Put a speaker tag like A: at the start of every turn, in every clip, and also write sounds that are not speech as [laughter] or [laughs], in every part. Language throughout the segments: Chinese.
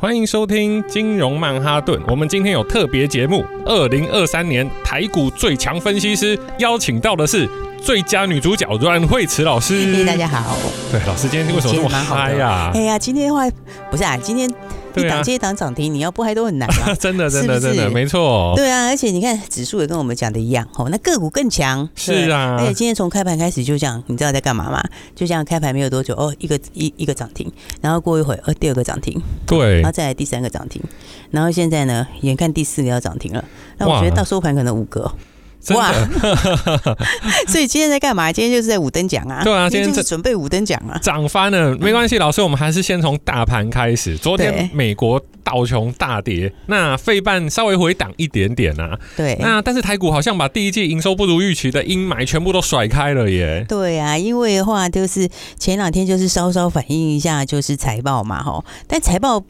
A: 欢迎收听《金融曼哈顿》，我们今天有特别节目，二零二三年台股最强分析师邀请到的是最佳女主角阮慧慈老师。
B: 嘿，大家好。
A: 对，老师今天为什么这么嗨呀、啊
B: 哎？呀，今天的话不是啊，今天
A: 对
B: 一
A: 啊。
B: 档接一档涨停，你要不嗨都很难啊
A: [laughs] 真的，真的，
B: 是不
A: 真
B: 是
A: 的，没错。
B: 对啊，而且你看指数也跟我们讲的一样哦，那个股更强。
A: 是啊
B: 对而且哎今天从开盘开始就这样，你知道在干嘛吗？就这样开盘没有多久哦，一个一一个涨停，然后过一会儿呃第二个涨停，
A: 对
B: 然后，再来第三个涨停，然后现在呢眼看第四个要涨停了，那我
A: 哇
B: 觉得到收盘可能五个 [laughs] 哦。
A: 真的
B: 所以今天在干嘛？今天就是在五等奖啊。
A: 对啊
B: 今
A: 今天
B: 天就是
A: 这
B: 准备五等奖啊。
A: 涨翻了，没关系，老师，我们还是先从大盘开始。昨天
B: 对
A: 美国道琼大跌，那费半稍微回档一点点啊。
B: 对。
A: 那但是台股好像把第一季营收不如预期的阴霾全部都甩开了耶。
B: 对啊，因为的话就是前两天就是稍稍反映一下就是财报嘛，吼，但财报，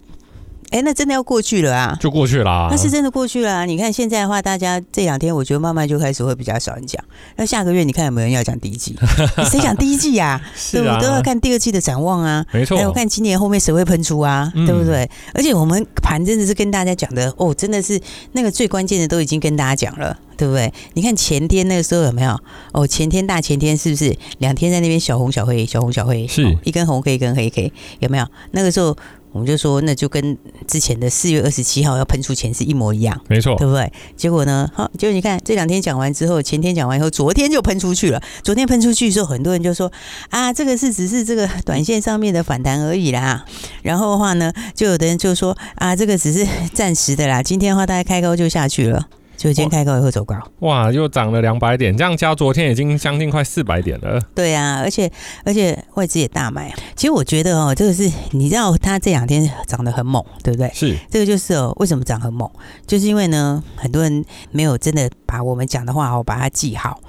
B: 哎、那真的要过去了啊。
A: 就过去啦、
B: 那是真的过去了、啊。你看现在的话，大家这两天我觉得慢慢就开始会比较少人讲。那下个月你看有没有人要讲第
A: [laughs]
B: 一季？你谁讲第一季呀、
A: 是
B: 对，
A: 啊，
B: 我都要看第二季的展望啊。
A: 没错
B: 还，有看今年后面谁会喷出啊，
A: 嗯
B: 对不对？而且我们盘真的是跟大家讲的哦，真的是那个最关键的都已经跟大家讲了，对不对？你看前天那个时候有没有？哦，前天大前天是不是两天在那边小红小黑小红小黑
A: 是
B: 哦一根红 K 一根黑 K 有没有？那个时候我们就说那就跟之前的四月二十七号要喷出前是一模一样。
A: 没错
B: 对，不对？结果呢？好，结果你看这两天讲完之后，前天讲完以后，昨天就喷出去了。昨天喷出去的时候，很多人就说啊，这个是只是这个短线上面的反弹而已啦。然后的话呢，就有的人就说啊，这个只是暂时的啦。今天的话，大概开高就下去了。就今天开高以后走高，
A: 哇，又涨了两百点，这样加昨天已经将近快四百点了。
B: 对啊，而且而且外资也大买。啊其实我觉得哦，这个是你知道它这两天涨得很猛，对不对？
A: 是，
B: 这个就是哦，为什么涨很猛，就是因为呢，很多人没有真的把我们讲的话哦，把它记好。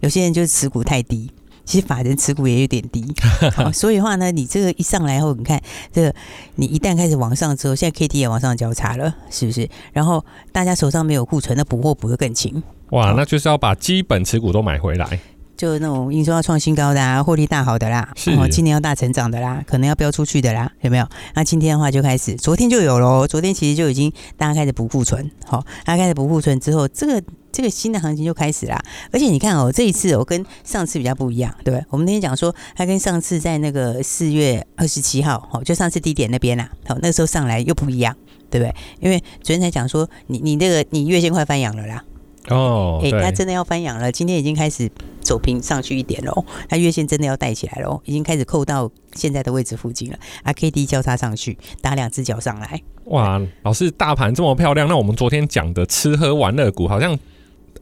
B: 有些人就是持股太低，其实法人持股也有点低，好所以的话呢，你这个一上来后，你看这个，你一旦开始往上之后，现在 K D 也往上交叉了，是不是？然后大家手上没有库存，那补货补得更勤，
A: 哇，
B: 好哎
A: 那就是要把基本持股都买回来。
B: 就那种营收要创新高的啊，获利大好的啦，哦
A: 是
B: 今年要大成长的啦，可能要飙出去的啦，有没有？那今天的话就开始，昨天就有喽，昨天其实就已经大家开始补库存，好、大家开始补库存之后，这个这个新的行情就开始啦。而且你看哦，这一次哦跟上次比较不一样，对不对？我们那天讲说，它跟上次在那个四月二十七号，哦，就上次低点那边啦，好、那时候上来又不一样，对不对？因为昨天才讲说，你你那个你月线快翻阳了啦，
A: 哦，
B: 哎、它
A: 对，
B: 真的要翻扬了，今天已经开始走平上去一点喽，它月线真的要带起来喽，已经开始扣到现在的位置附近了。啊，K D 交叉上去，打两只脚上来，
A: 哇，老师大盘这么漂亮，那我们昨天讲的吃喝玩乐股好像。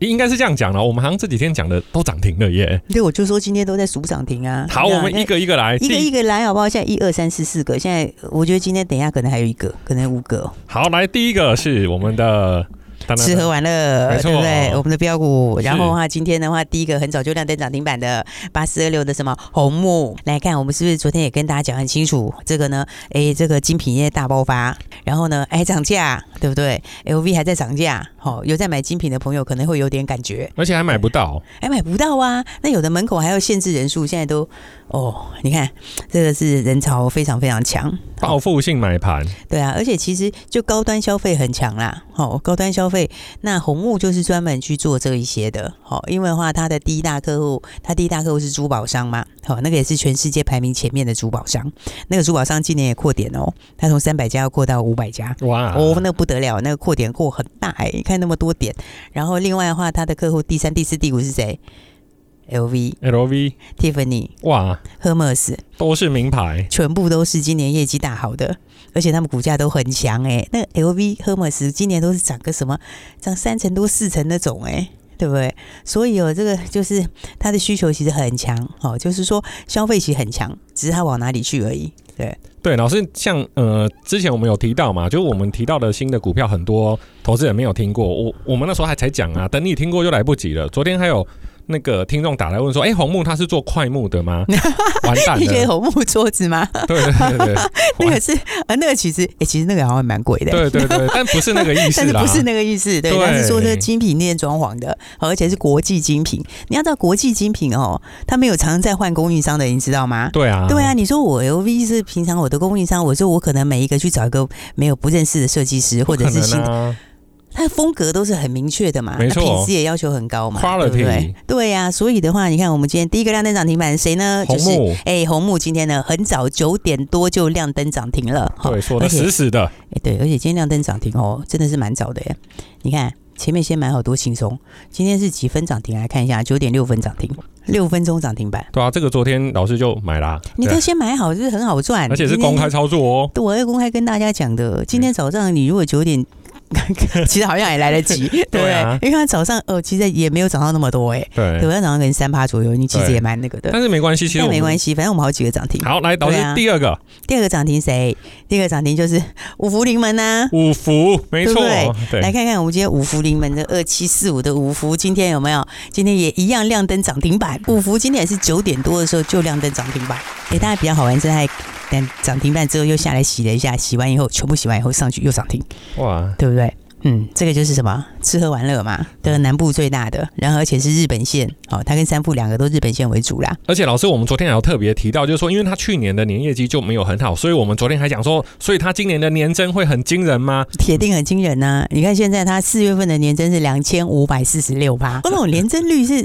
A: 应该是这样讲了，我们好像这几天讲的都涨停了
B: [laughs]
A: 耶。
B: 对，我就说今天都在数涨停啊。
A: 好，
B: 对啊
A: 我们一。个一个来。
B: 那一个
A: 第
B: 一个来好不好？现在一二三四四个，现在呃我觉得今天等一下可能还有一个，可能五个哦
A: 好来，第一个是我们的当
B: 吃喝玩乐，
A: 没错
B: 对不对？我们的标股，
A: 是
B: 然后的话，今天的话，第一个很早就亮灯涨停板的八四二六的什么红木，来看我们是不是昨天也跟大家讲很清楚，这个呢，哎，这个精品业大爆发，然后呢，哎涨价，对不对？LV 还在涨价，哦，有在买精品的朋友可能会有点感觉，
A: 而且还买不到，
B: 哎，买不到啊。那有的门口还要限制人数，现在都哦，你看这个是人潮非常非常强，
A: 报复性买盘。
B: 对啊，而且其实就高端消费很强啦，哦，高端消费，那红木就是专门去做这一些的，哦，因为的话，它的第一大客户，它第一大客户是珠宝商嘛，哦，那个也是全世界排名前面的珠宝商，那个珠宝商今年也扩点哦，它从三百家要扩到五百家，
A: 哇，
B: 哦，那不得了，那个扩点扩很大哎、你看那么多点，然后另外的话，它的客户第三、第四、第五是谁？LV、
A: LV，
B: Tiffany、
A: 哇，
B: Hermes，
A: 都是名牌。
B: 全部都是今年业绩大好的，而且他们股价都很强哎、那 LV、Hermes 今年都是涨个什么，涨三成多、四成那种哎、对不对？所以哦，这个就是它的需求其实很强哦，就是说消费其实很强，只是它往哪里去而已。对，
A: 对，老师，像呃，之前我们有提到嘛，就是我们提到的新的股票，很多投资人没有听过。我我们那时候还才讲啊，等你听过就来不及了。昨天还有那个听众打来问说，哎、红木他是做快木的
B: [laughs]
A: 吗？完蛋
B: 你觉得
A: 了，
B: 红木桌子吗？
A: 对对对
B: [laughs]
A: 对，
B: 那
A: 完
B: 个是啊，那个其实哎、其实那个好像蛮贵的。
A: 对对对，但不是那个意思
B: [laughs] 但是
A: 啦，
B: 不是那个意思，对，
A: 对
B: 他是说这个精品店装潢的，好而且是国际精品。你要到国际精品哦，他们有常在换供应商的，你知道吗？
A: 对啊，
B: [laughs] 对啊，，你说我 LV 是平常我的供应商，我说我可能每一个去找一个没有不认识的设计师或
A: 不
B: 者
A: 可
B: 是新
A: 能
B: 的，
A: 啊，
B: 它的风格都是很明确的嘛，
A: 没
B: 那
A: 错
B: 品质也要求很高嘛
A: Quality
B: 对不对？对呀、所以的话，你看我们今天第一个亮灯涨停板是谁呢？
A: 红
B: 就是
A: 木，
B: 哎、红木今天呢很早九点多就亮灯涨停了，哈
A: 对，说的
B: 而且
A: 死死的，
B: 哎、对，而且今天亮灯涨停哦，真的是蛮早的耶。你看前面先买好多轻松，今天是几分涨停？来看一下，九点六分涨停，六分钟涨停板，
A: 对啊，这个昨天老师就买啦，
B: 你
A: 对
B: 都先买好，就是很好赚，
A: 而且是
B: 今天
A: 公开。操作哦，
B: 对，我要公开跟大家讲
A: 嗯
B: 的，今天早上你如果九点。 [laughs] 其实好像也来得
A: [laughs]
B: 及，对不
A: 对
B: 对？
A: 啊
B: 因为它早上呃，其实也没有涨到那么多哎、对，
A: 对，
B: 它早上可能三趴左右，你其实
A: 对
B: 也蛮那个的，
A: 但是没关系，其实
B: 但没关
A: 系。
B: 系，反正我们好几个涨停。
A: 好，来，老
B: 对啊
A: 师第二个
B: 第二个涨停谁？第二个涨停就是五福临门呐、
A: 五福，没错
B: 对不，
A: 对
B: 来，看看我们今天五福临门的二七四五的五福，今天有没有？今天也一样亮灯涨停板。五福今天也是九点多的时候就亮灯涨停板。哎、大家比较好玩是它还但涨停板之后又下来洗了一下，洗完以后全部洗完以后上去又涨停，
A: 哇，
B: 对不对？嗯，这个就是什么吃喝玩乐嘛，这个南部最大的，然后而且是日本线，哦，它跟三富两个都日本线为主啦。
A: 而且老师，我们昨天还有特别提到，就是说，因为他去年的年业绩就没有很好，所以我们昨天还讲说，所以他今年的年增会很惊人吗？
B: 铁定很惊人呐、你看现在它四月份的年增是两千五百四十六趴，哦那种年增率 [laughs] 是。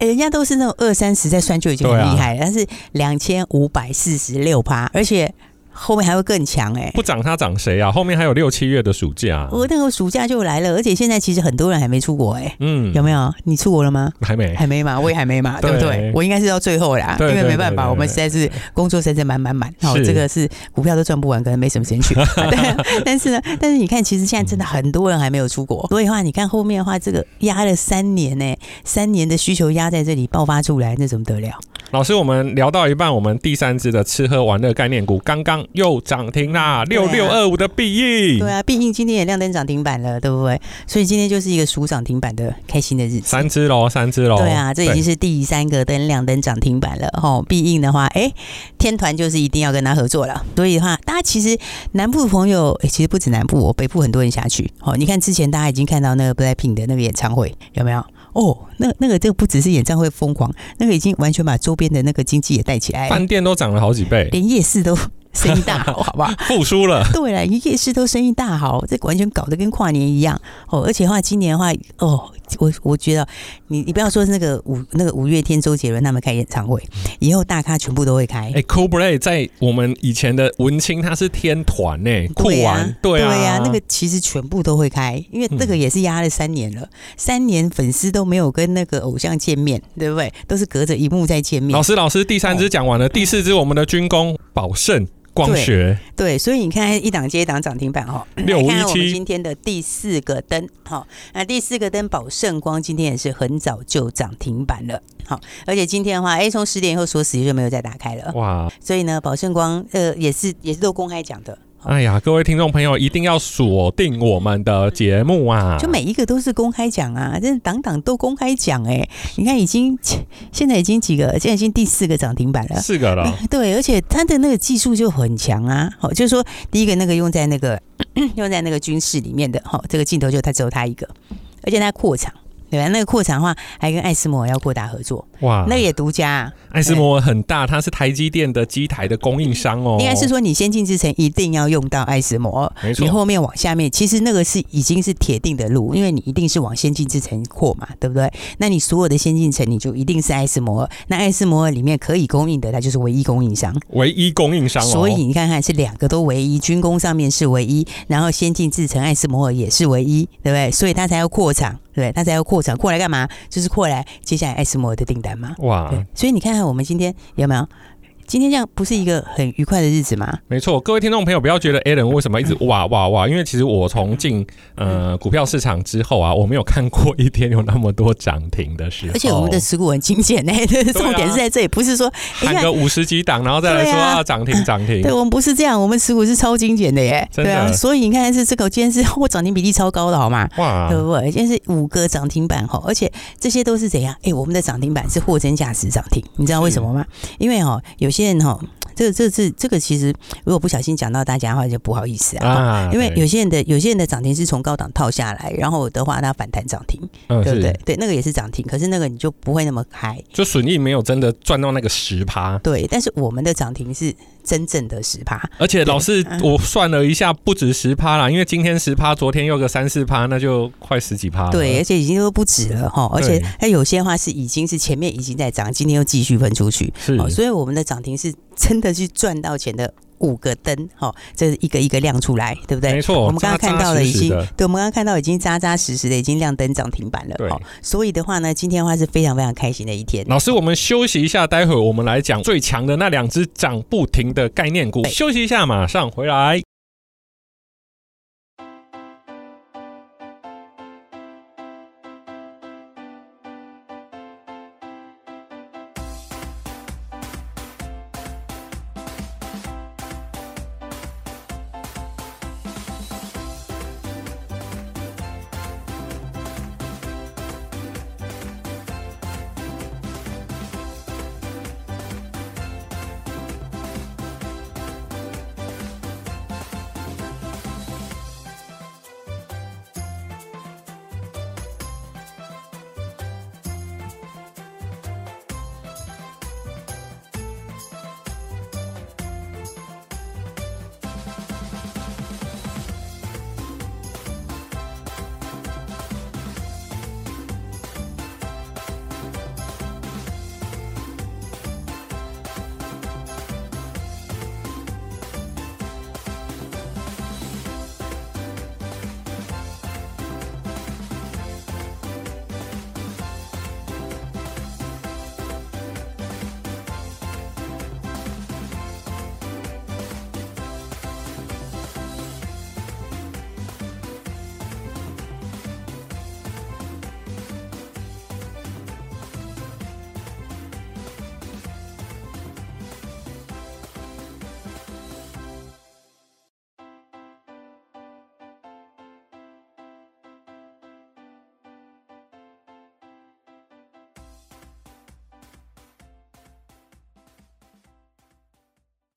B: 诶人家都是那种二三十在算就已经很
A: 对啊
B: 厉害了，但是两千五百四十六趴，而且后面还会更强哎、
A: 不涨他涨谁啊？后面还有六七月的暑假，
B: 我那个暑假就来了，而且现在其实很多人还没出国哎、
A: 嗯
B: 有没有？你出国了吗？
A: 还没？
B: 还没嘛，我也还没嘛，
A: 对
B: 对不对？我应该是到最后啦，
A: 对
B: 因为
A: 对
B: 没办
A: 对
B: 法，
A: 对
B: 我们实在是工作实在是满满满，好，
A: 是
B: 这个是股票都赚不完，可能没什么时间
A: [laughs]
B: 去。对，但是呢，但是你看，其实现在真的很多人还没有出国，所以的话，你看后面的话，这个压了三年呢，三年的需求压在这里爆发出来，那怎么得了？
A: 老师，我们聊到一半，我们第三只的吃喝玩乐概念股刚刚又涨停啦，
B: 对
A: 六
B: 啊
A: 六二五的必应
B: 对，啊，毕竟今天也亮灯涨停板了，对不对？所以今天就是一个数涨停板的开心的日子。
A: 三只喽，三只喽，
B: 对啊，这已经是第三个灯亮灯涨停板了吼。必应的话，哎，天团就是一定要跟他合作了。所以的话，大家其实南部朋友，哎，其实不止南部，哦，北部很多人下去。哦，你看之前大家已经看到那个 BLACKPINK 的那个演唱会，有没有？哦，那那个这个不只是演唱会疯狂，那个已经完全把周边的那个经济也带起来
A: 对
B: 了，
A: 饭店都涨了好几倍，
B: 连夜市都 [laughs] 生意大好，好不好？
A: 复苏了，
B: [laughs] 对了，夜市都生意大好，这完全搞得跟跨年一样哦。而且的话，今年的话，哦，我我觉得你你不要说是那个五那个五月天、周杰伦他们开演唱会，以后大咖全部都会开。
A: 哎 c o b r a y 在我们以前的文青，他是天团呢、酷
B: 对呀
A: 玩，对啊，
B: 对呀、那个其实全部都会开，因为这个也是压了三年了，三年粉丝都没有跟那个偶像见面，对不对？都是隔着荧幕在见面
A: 老。师，老师，第三只讲完了，第四只我们的军工宝盛光学，
B: 对，所以你看一档接一档涨停板哈， [clears throat]
A: 6517
B: 来看看我们今天的第四个灯，好，那第四个灯宝盛光今天也是很早就涨停板了，好，而且今天的话，哎，从十点以后锁死就没有再打开了，
A: 哇，
B: 所以呢，宝盛光呃也是也是都公开讲的。好
A: 哎呀，各位听众朋友一定要锁定我们的节目啊！
B: 就每一个都是公开讲啊，真的档档都公开讲哎、你看已经现在已经几个，现在已经第四个涨停板了，
A: 四个了，
B: [laughs] 对，而且它的那个技术就很强啊。好，就是说第一个那个用在那个 [clears throat] 用在那个军事里面的，好，这个镜头就它只有它一个，而且它扩厂。对吧？那个扩厂的话，还跟艾斯摩尔要扩大合作，
A: 哇！
B: 那个也独家、啊。
A: 爱斯摩尔很大，它是台积电的机台的供应商哦。
B: 应该是说，你先进制程一定要用到艾斯摩尔，
A: 没错
B: 你后面往下面，其实那个是已经是铁定的路，因为你一定是往先进制程扩嘛，对不对？那你所有的先进程，你就一定是艾斯摩尔。那艾斯摩尔里面可以供应的，它就是唯一供应商。
A: 唯一供应商哦。
B: 所以你看看是两个都唯一，军工上面是唯一，然后先进制程艾斯摩尔也是唯一，对不对？所以他才要扩厂，对不对？他才要扩厂，扩来干嘛？就是扩来接下来艾斯摩尔的订单嘛。
A: 哇，
B: 对，所以你看看我们今天有没有？今天这样不是一个很愉快的日子吗？
A: 没错，各位听众朋友，不要觉得 Alan 为什么一直哇哇哇，因为其实我从进呃股票市场之后啊，我没有看过一天有那么多涨停的时候，
B: 而且我们的持股很精简呢、 [laughs] 对
A: 啊
B: 重点是在这里，不是说
A: [laughs] 喊
B: 哎呀，
A: 个五十几档，然后再来说
B: 对啊
A: 啊涨停涨停
B: 对，我们不是这样，我们持股是超精简的耶，
A: 真
B: 对
A: 的
B: 啊，所以你看是这个今天是我涨停比例超高的好吗？
A: 哇
B: 对，不对？今天是五个涨停板哈，而且这些都是怎样？哎，我们的涨停板是货真价实涨停，你知道为什么吗？因为哈，有些人哈，这个这个这这个其实如果不小心讲到大家的话，就不好意思啊。
A: 啊
B: 因为
A: 对
B: 有些人的有些人的涨停是从高档套下来，然后的话它反弹涨停，
A: 嗯
B: 对不
A: 是
B: 对？对，那个也是涨停，可是那个你就不会那么嗨。
A: 就损益没有真的赚到那个十趴，
B: 对，但是我们的涨停是真正的十趴，
A: 而且老师
B: 嗯
A: 我算了一下，不止十趴啦，因为今天十趴，昨天又个三四趴，那就快十几趴了。
B: 对，而且已经都不止了哈，而且
A: 对
B: 它有些话是已经是前面已经在涨，今天又继续喷出去，
A: 是
B: 哦，所以我们的涨停是真的去赚到钱的五个灯，哦，这是一个一个亮出来，对不
A: 没
B: 对？
A: 错，
B: 我们刚刚看到了，已经
A: 扎扎实实的
B: 对，我们刚刚看到已经扎扎实实的已经亮灯涨停板了，
A: 对
B: 哦，所以的话呢，今天的话是非常非常开心的一天。
A: 老师，我们休息一下，待会儿我们来讲最强的那两只涨不停的概念股。
B: 对
A: 休息一下，马上回来。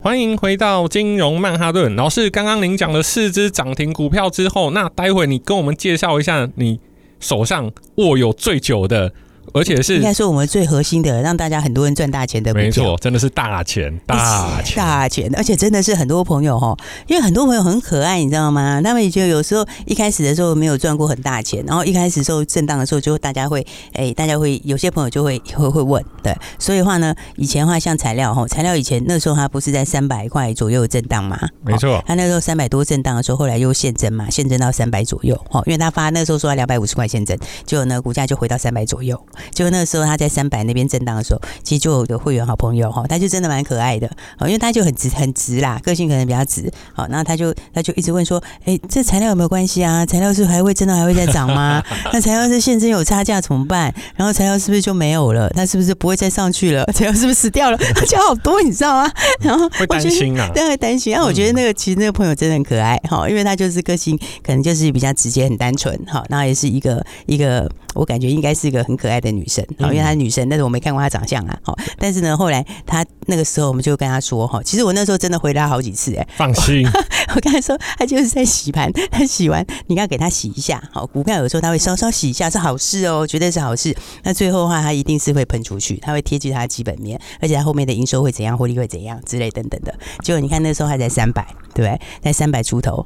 A: 欢迎回到金融曼哈顿。老师，刚刚您讲了四只涨停股票之后，那待会你跟我们介绍一下你手上握有最久的，而且是
B: 应该说我们最核心的，让大家很多人赚大钱的股
A: 没
B: 票
A: 错，。真的是大钱大
B: [laughs] 一起
A: 钱。
B: 大钱，而且真的是很多朋友哈，因为很多朋友很可爱，你知道吗？他们也觉得有时候一开始的时候没有赚过很大钱，然后一开始时候震荡的时候，就大家会哎、大家会有些朋友就会会会问，对，所以的话呢，以前的话像材料哈，材料以前那时候它不是在三百块左右震荡嘛，
A: 没错
B: 哦它那时候三百多震荡的时候，后来又现增嘛，现增到三百左右，哦，因为它发那时候说它两百五十块现增，结果呢股价就回到三百左右，结果那时候它在三百那边震荡的时候，其实就有个会员好朋友哦哈，他就真的蛮可爱的，哦，因为他就很直很直啦，个性可能比较直，好、然后他就他就一直问说，哎、这材料有没有关系啊？材料是还会真的还会再涨吗？ [laughs] 那材料是现真有差价怎么办？然后材料是不是就没有了？它是不是不会再上去了？ [laughs] 材料是不是死掉了？他讲好多，你知道吗？然后
A: 会
B: 我
A: 担
B: 觉得。
A: 心啊，
B: 但会担心。啊，我觉得那个、其实那个朋友真的很可爱哈，因为他就是个性可能就是比较直接、很单纯哈，那也是一个一个，我感觉应该是一个很可爱的女生哈，因为她是女生，但是我没看过她长相啊哈。但是呢，后来她那个时候我们就跟她说哈，其实我那时候真的回答好几次哎、
A: 放
B: [laughs]
A: 心，
B: 我跟他说，他就是在洗盘，他洗完你要给他洗一下，好，股票有时候他会稍稍洗一下是好事哦，绝对是好事。那最后的话，它一定是会喷出去，它会贴近它的基本面，而且它后面的营收会怎样，获利会怎样之类等等的。结果你看那时候还在三百，对不对？在三百出头。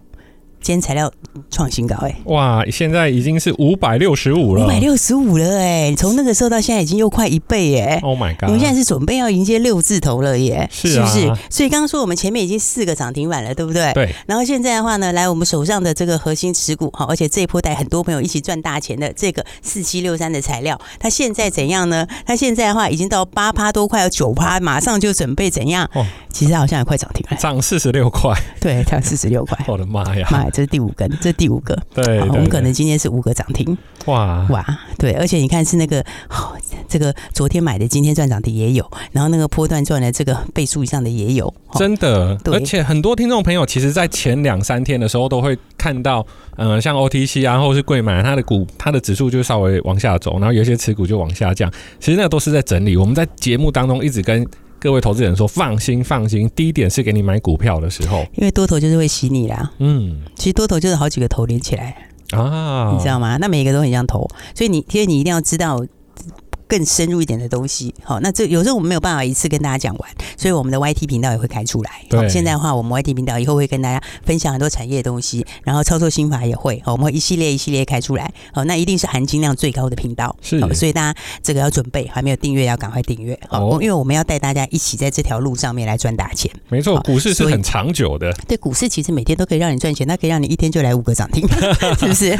B: 今天材料创新高哎、
A: 哇，现在已经是五百六十五了，
B: 五百六十五了哎、从那个时候到现在已经又快一倍哎、
A: ，Oh my god！
B: 我们现在是准备要迎接六字头了耶，
A: 是啊
B: 不是？所以刚刚说我们前面已经四个涨停板了，对不对？
A: 对，
B: 然后现在的话呢，来我们手上的这个核心持股，好，而且这一波带很多朋友一起赚大钱的这个四七六三的材料，它现在怎样呢？它现在的话已经到八趴多，快要九趴，马上就准备怎样？
A: 哦
B: 其实它好像也快涨停了，
A: 涨四十六块， [laughs]
B: 对，它四十六块。
A: 我的妈呀！
B: 妈呀，这是第五根，这是第五个。
A: 对对
B: 好我们可
A: 对
B: 能今天是五个涨停，
A: 哇，
B: 哇，对，而且你看是那个、哦、这个昨天买的，今天赚涨停也有，然后那个波段赚的这个倍数以上的也有，哦
A: 真的，
B: 对
A: 而且很多听众朋友其实，在前两三天的时候都会看到，嗯、像 OTC 啊，或是贵买，它的股它的指数就稍微往下走，然后有一些持股就往下降。其实那都是在整理。我们在节目当中一直跟各位投资人说，放心放心，低点是给你买股票的时候。
B: 因为多头就是会洗你啦。
A: 嗯
B: 其实多头就是好几个头连起来，
A: 啊，
B: 你知道吗？那每一个都很像头，所以你其实你一定要知道。更深入一点的东西，好，那这有时候我们没有办法一次跟大家讲完，所以我们的 YT 频道也会开出来。好
A: 对
B: 现在的话，我们 YT 频道以后会跟大家分享很多产业的东西，然后操作心法也会，好我们会一系列一系列开出来。好，那一定是含金量最高的频道。
A: 是
B: 好所以大家这个要准备，还没有订阅要赶快订阅，好、
A: 哦
B: 因为我们要带大家一起在这条路上面来赚大钱。
A: 没错，
B: 好
A: 股市是
B: 所以
A: 很长久的。
B: 对，股市其实每天都可以让你赚钱，它可以让你一天就来五个涨停， [laughs] 是不是？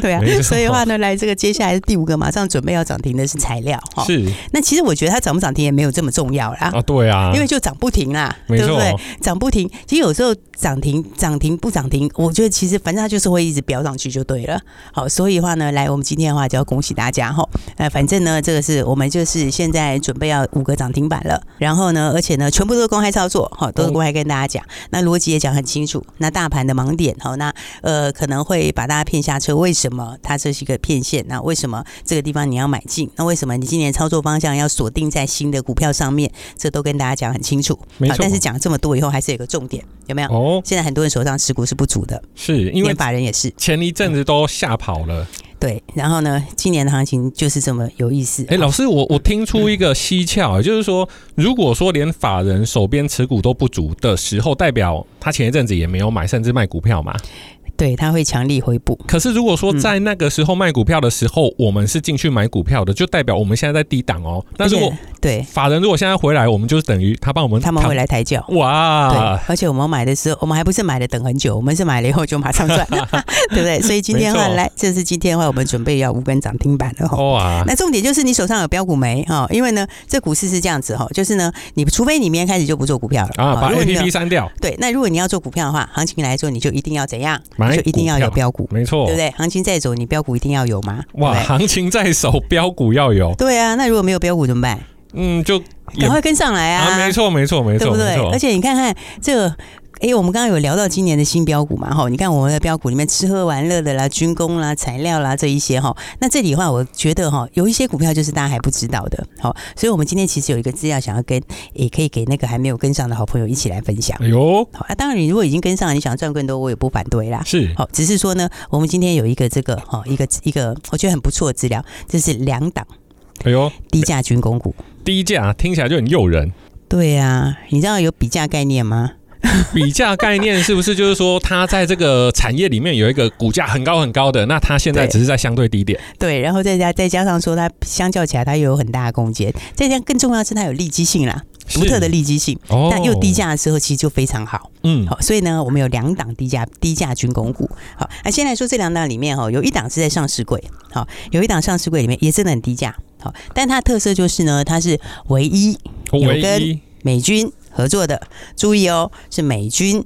B: 对啊
A: 没，错
B: 所以的话呢，来这个接下来第五个马上准备要涨停的是材料哈。
A: 是
B: 那其实我觉得它涨不涨停也没有这么重要啦。
A: 啊，对啊，
B: 因为就涨不停啦，
A: 没
B: 对
A: 错
B: 不对？涨不停，其实有时候涨停、涨停不涨停，我觉得其实反正它就是会一直飙上去就对了。好，所以的话呢，来我们今天的话就要恭喜大家哈。呃，反正呢，这个是我们就是现在准备要五个涨停板了，然后呢，而且呢，全部都是公开操作，好，
A: 嗯
B: 都是公开跟大家讲，那逻辑也讲很清楚。那大盘的盲点，好，那呃可能会把大家骗下车，为什么它这是一个骗线？那为什么这个地方你要买进？那为什么你今年操作方向要锁定在新的股票上面？这都跟大家讲很清楚。
A: 没
B: 好
A: 错
B: 但是讲了这么多以后，还是有个重点，有没有？
A: 哦，
B: 现在很多人手上持股是不足的，
A: 是因为
B: 连法人也是
A: 前一阵子都吓跑
B: 嗯
A: 了。
B: 对。然后呢，今年的行情就是这么有意思。
A: 哎、老师，我我听出一
B: 嗯
A: 个蹊跷，就是说，如果说连法人手边持股都不足的时候，代表他前一阵子也没有买，甚至卖股票嘛。
B: 对，他会强力回补。
A: 可是如果
B: 嗯
A: 说在那个时候卖股票的时候，我们是进去买股票的，就代表我们现在在低档哦。但是
B: 而且
A: 我
B: 对
A: 法人如果现在回来，我们就是等于他帮我们
B: 他们会
A: 来
B: 来抬轿。对
A: 哇，，
B: 而且我们买的时候，我们还不是买了等很久，我们是买了以后就马上赚，
A: [laughs]
B: 对不对？所以今天的话，
A: 没错
B: 来，这是今天的话，我们准备要五根涨停板了哈。
A: 哇，
B: 那重点就是你手上有标股没哈？因为呢，这股市是这样子哈，就是呢，你除非你明天开始就不做股票了
A: 啊，
B: 哈
A: 把
B: 如果
A: A
B: 你
A: P
B: 有
A: P 删掉，
B: 对，那如果你要做股票的话，行情来说你就一定要怎样？
A: 买
B: 你就一定要有
A: 股票
B: 标股，
A: 没错
B: 对不。对？行情再走，你标股一定要有嘛？
A: 哇，
B: 对不对
A: 行情在手，标股要有，
B: 对啊，那如果没有标股怎么办？
A: 嗯，就也
B: 赶快跟上来
A: 啊，
B: 啊！
A: 没错，没错，没
B: 对
A: 错，没
B: 不对？
A: 错
B: 而，且你看看这个。哎，我们刚刚有聊到今年的新标股嘛，哈，你看我们的标股里面吃喝玩乐的啦、军工啦、材料啦这一些哈，那这里的话，我觉得哈，有一些股票就是大家还不知道的，好，所以我们今天其实有一个资料想要跟，也可以给那个还没有跟上的好朋友一起来分享。
A: 哎呦，
B: 好，那、当然你如果已经跟上了，你想赚更多，我也不反对啦。
A: 是
B: 好，只是说呢，我们今天有一个这个哈，一个一个我觉得很不错的资料，这是两档
A: 哎呦，
B: 低价军工股。
A: 低价听起来就很诱人。
B: 对啊，你知道有比价概念吗？
A: 比价概念是不是就是说，它在这个产业里面有一个股价很高很高的，那它现在
B: 对
A: 只是在相对低点
B: 对，然后再加再加上说它相较起来，它又有很大的空间。再加上更重要的是它有利基性啦，独特的利基性。
A: 哦
B: 但又低，价的时候，其实就非常好。
A: 嗯，
B: 好，所以呢，我们有两档低价低价军工股。好，那先来说这两档里面哈，有一档是在上市柜，好，有一档上市柜里面也真的很低价。好，但它的特色就是呢，它是唯一
A: 唯
B: 有
A: 一
B: 跟美军合作的。注意哦，是美军，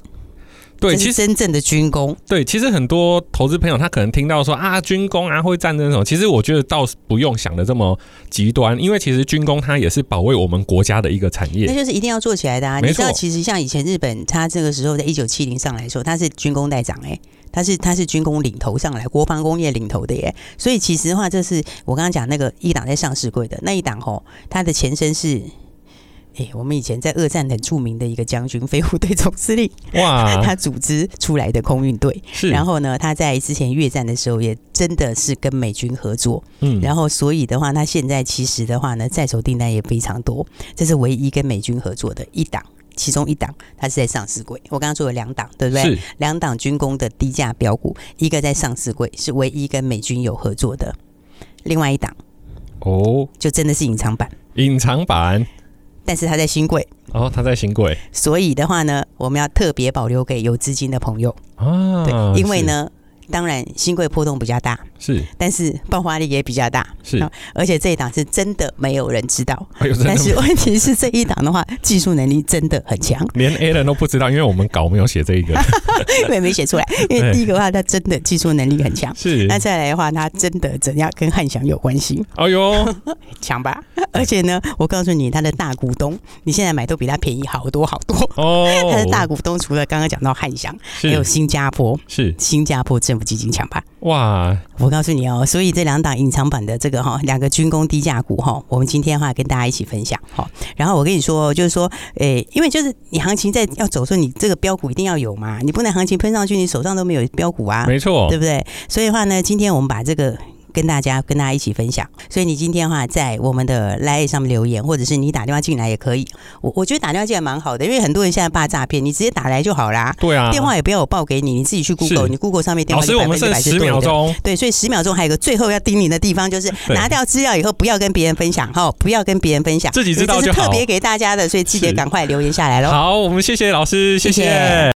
A: 对，
B: 这
A: 其
B: 是
A: 实
B: 真正的军工。
A: 对，其实很多投资朋友他可能听到说啊，军工啊会战争什么，其实我觉得倒是不用想的这么极端，因为其实军工它也是保卫我们国家的一个产
B: 那
A: 业，
B: 就是一定要做起来的啊！
A: 没
B: 你知道，
A: 错
B: 其实像以前日本，它这个时候在一九七零上来说，它是军工代长哎、它是它是军工领头上来，国防工业领头的耶。所以其实的话，这是我刚刚讲那个一档在上市柜的那一档吼，它的前身是。哎、我们以前在二战很著名的一个将军飞虎队总司令，
A: 哇，
B: [laughs] 他组织出来的空运队。
A: 啊是，
B: 然后呢，他在之前越战的时候，也真的是跟美军合作，
A: 嗯
B: 然后所以的话，它现在其实的话呢，在手订单也非常多，这是唯一跟美军合作的一档其中一档它是在上市柜，我刚刚说有两档，对不对？
A: 是
B: 两档军工的低价标股，一个在上市柜是唯一跟美军有合作的，另外一档
A: 哦，
B: 就真的是隐藏版，
A: 隐藏版
B: 但是它在新柜，
A: 哦，它在新贵
B: 所以的话呢，我们要特别保留给有资金的朋友，
A: 啊，
B: 对，因为
A: 是
B: 呢，当然新柜波动比较大，
A: 是
B: 但是爆发力也比较大，
A: 是
B: 好，而且这一档是真的没有人知道，
A: 哎呦，真
B: 但
A: 的
B: 是问题是这一档的话，技术能力真的很强，
A: [laughs] 连 A 人都不知道，因为我们稿没有写这一个，
B: [laughs] 因为没写出来，因为第一个的话，它真的技术能力很强。
A: 是
B: 那再来的话，它真的怎样跟汉翔有关系，
A: 哎呦，
B: 强吧？
A: 哎
B: 而且呢，我告诉你，它的大股东，你现在买都比它便宜好多好多。
A: 哦，
B: 它的大股哎东除了刚刚讲到汉翔，还有
A: 是
B: 新加坡，
A: 是
B: 新加坡政府基金强吧？
A: 哇，
B: 我告诉你哦，所以这两档隐藏版的这个哈，两个军工低价股哈，我们今天的话跟大家一起分享哈。然后我跟你说，就是说，诶、因为就是你行情在要走的时候，你这个标股一定要有嘛，你不能行情喷上去，你手上都没有标股啊，
A: 没错
B: 对，不对？所以的话呢，今天我们把这个。跟大家跟大家一起分享，所以你今天的话在我们的 Line 上面留言，或者是你打电话进来也可以。我我觉得打电话进来蛮好的，因为很多人现在怕诈骗，你直接打来就好啦。
A: 对啊，
B: 电话也不要我报给你，你自己去 Google，你 Google 上面电
A: 老
B: 话
A: 师，
B: 就
A: 我
B: 百
A: 们
B: 分
A: 剩
B: 之百是
A: 十
B: 对
A: 秒
B: 的。
A: 钟，
B: 对，所以十秒钟还有一个最后要叮咛的地方，就是
A: 对
B: 拿掉资料以后不要跟别人分享哈，不要跟别人分享，
A: 自己知
B: 因为
A: 道
B: 这
A: 就是
B: 特
A: 好。
B: 别给大家的，所以记得
A: 是
B: 赶快留言下来喽。
A: 好，我们谢谢老师，谢
B: 谢谢
A: 谢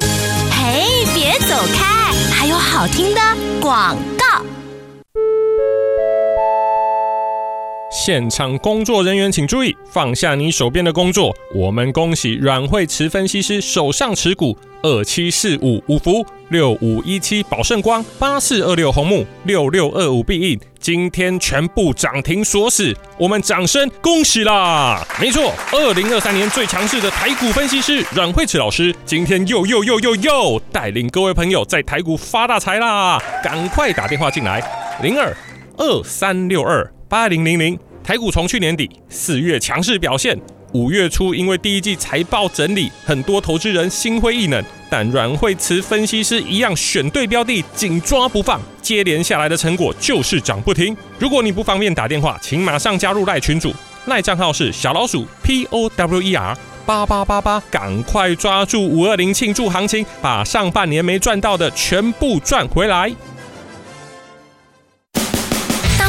C: 嘿，别走开，还有好听的广告。
A: 现场工作人员请注意，放下你手边的工作。我们恭喜阮惠慈分析师手上持股二七四五五福、六五一七宝盛光、八四二六红木、六六二五必应，今天全部涨停锁死，我们掌声恭喜啦！没错，二零二三年最强势的台股分析师阮惠慈老师，今天又又又又又带领各位朋友在台股发大财啦！赶快打电话进来，零二二三六二八零零零。台股从去年底四月强势表现，五月初因为第一季财报整理，很多投资人心灰意冷，但阮惠慈分析师一样选对标的，紧抓不放。接连下来的成果就是涨不停。如果你不方便打电话，请马上加入赖群组，赖账号是小老鼠 P O W E R。八八八八，赶快抓住五二零庆祝行情，把上半年没赚到的全部赚回来。
C: 大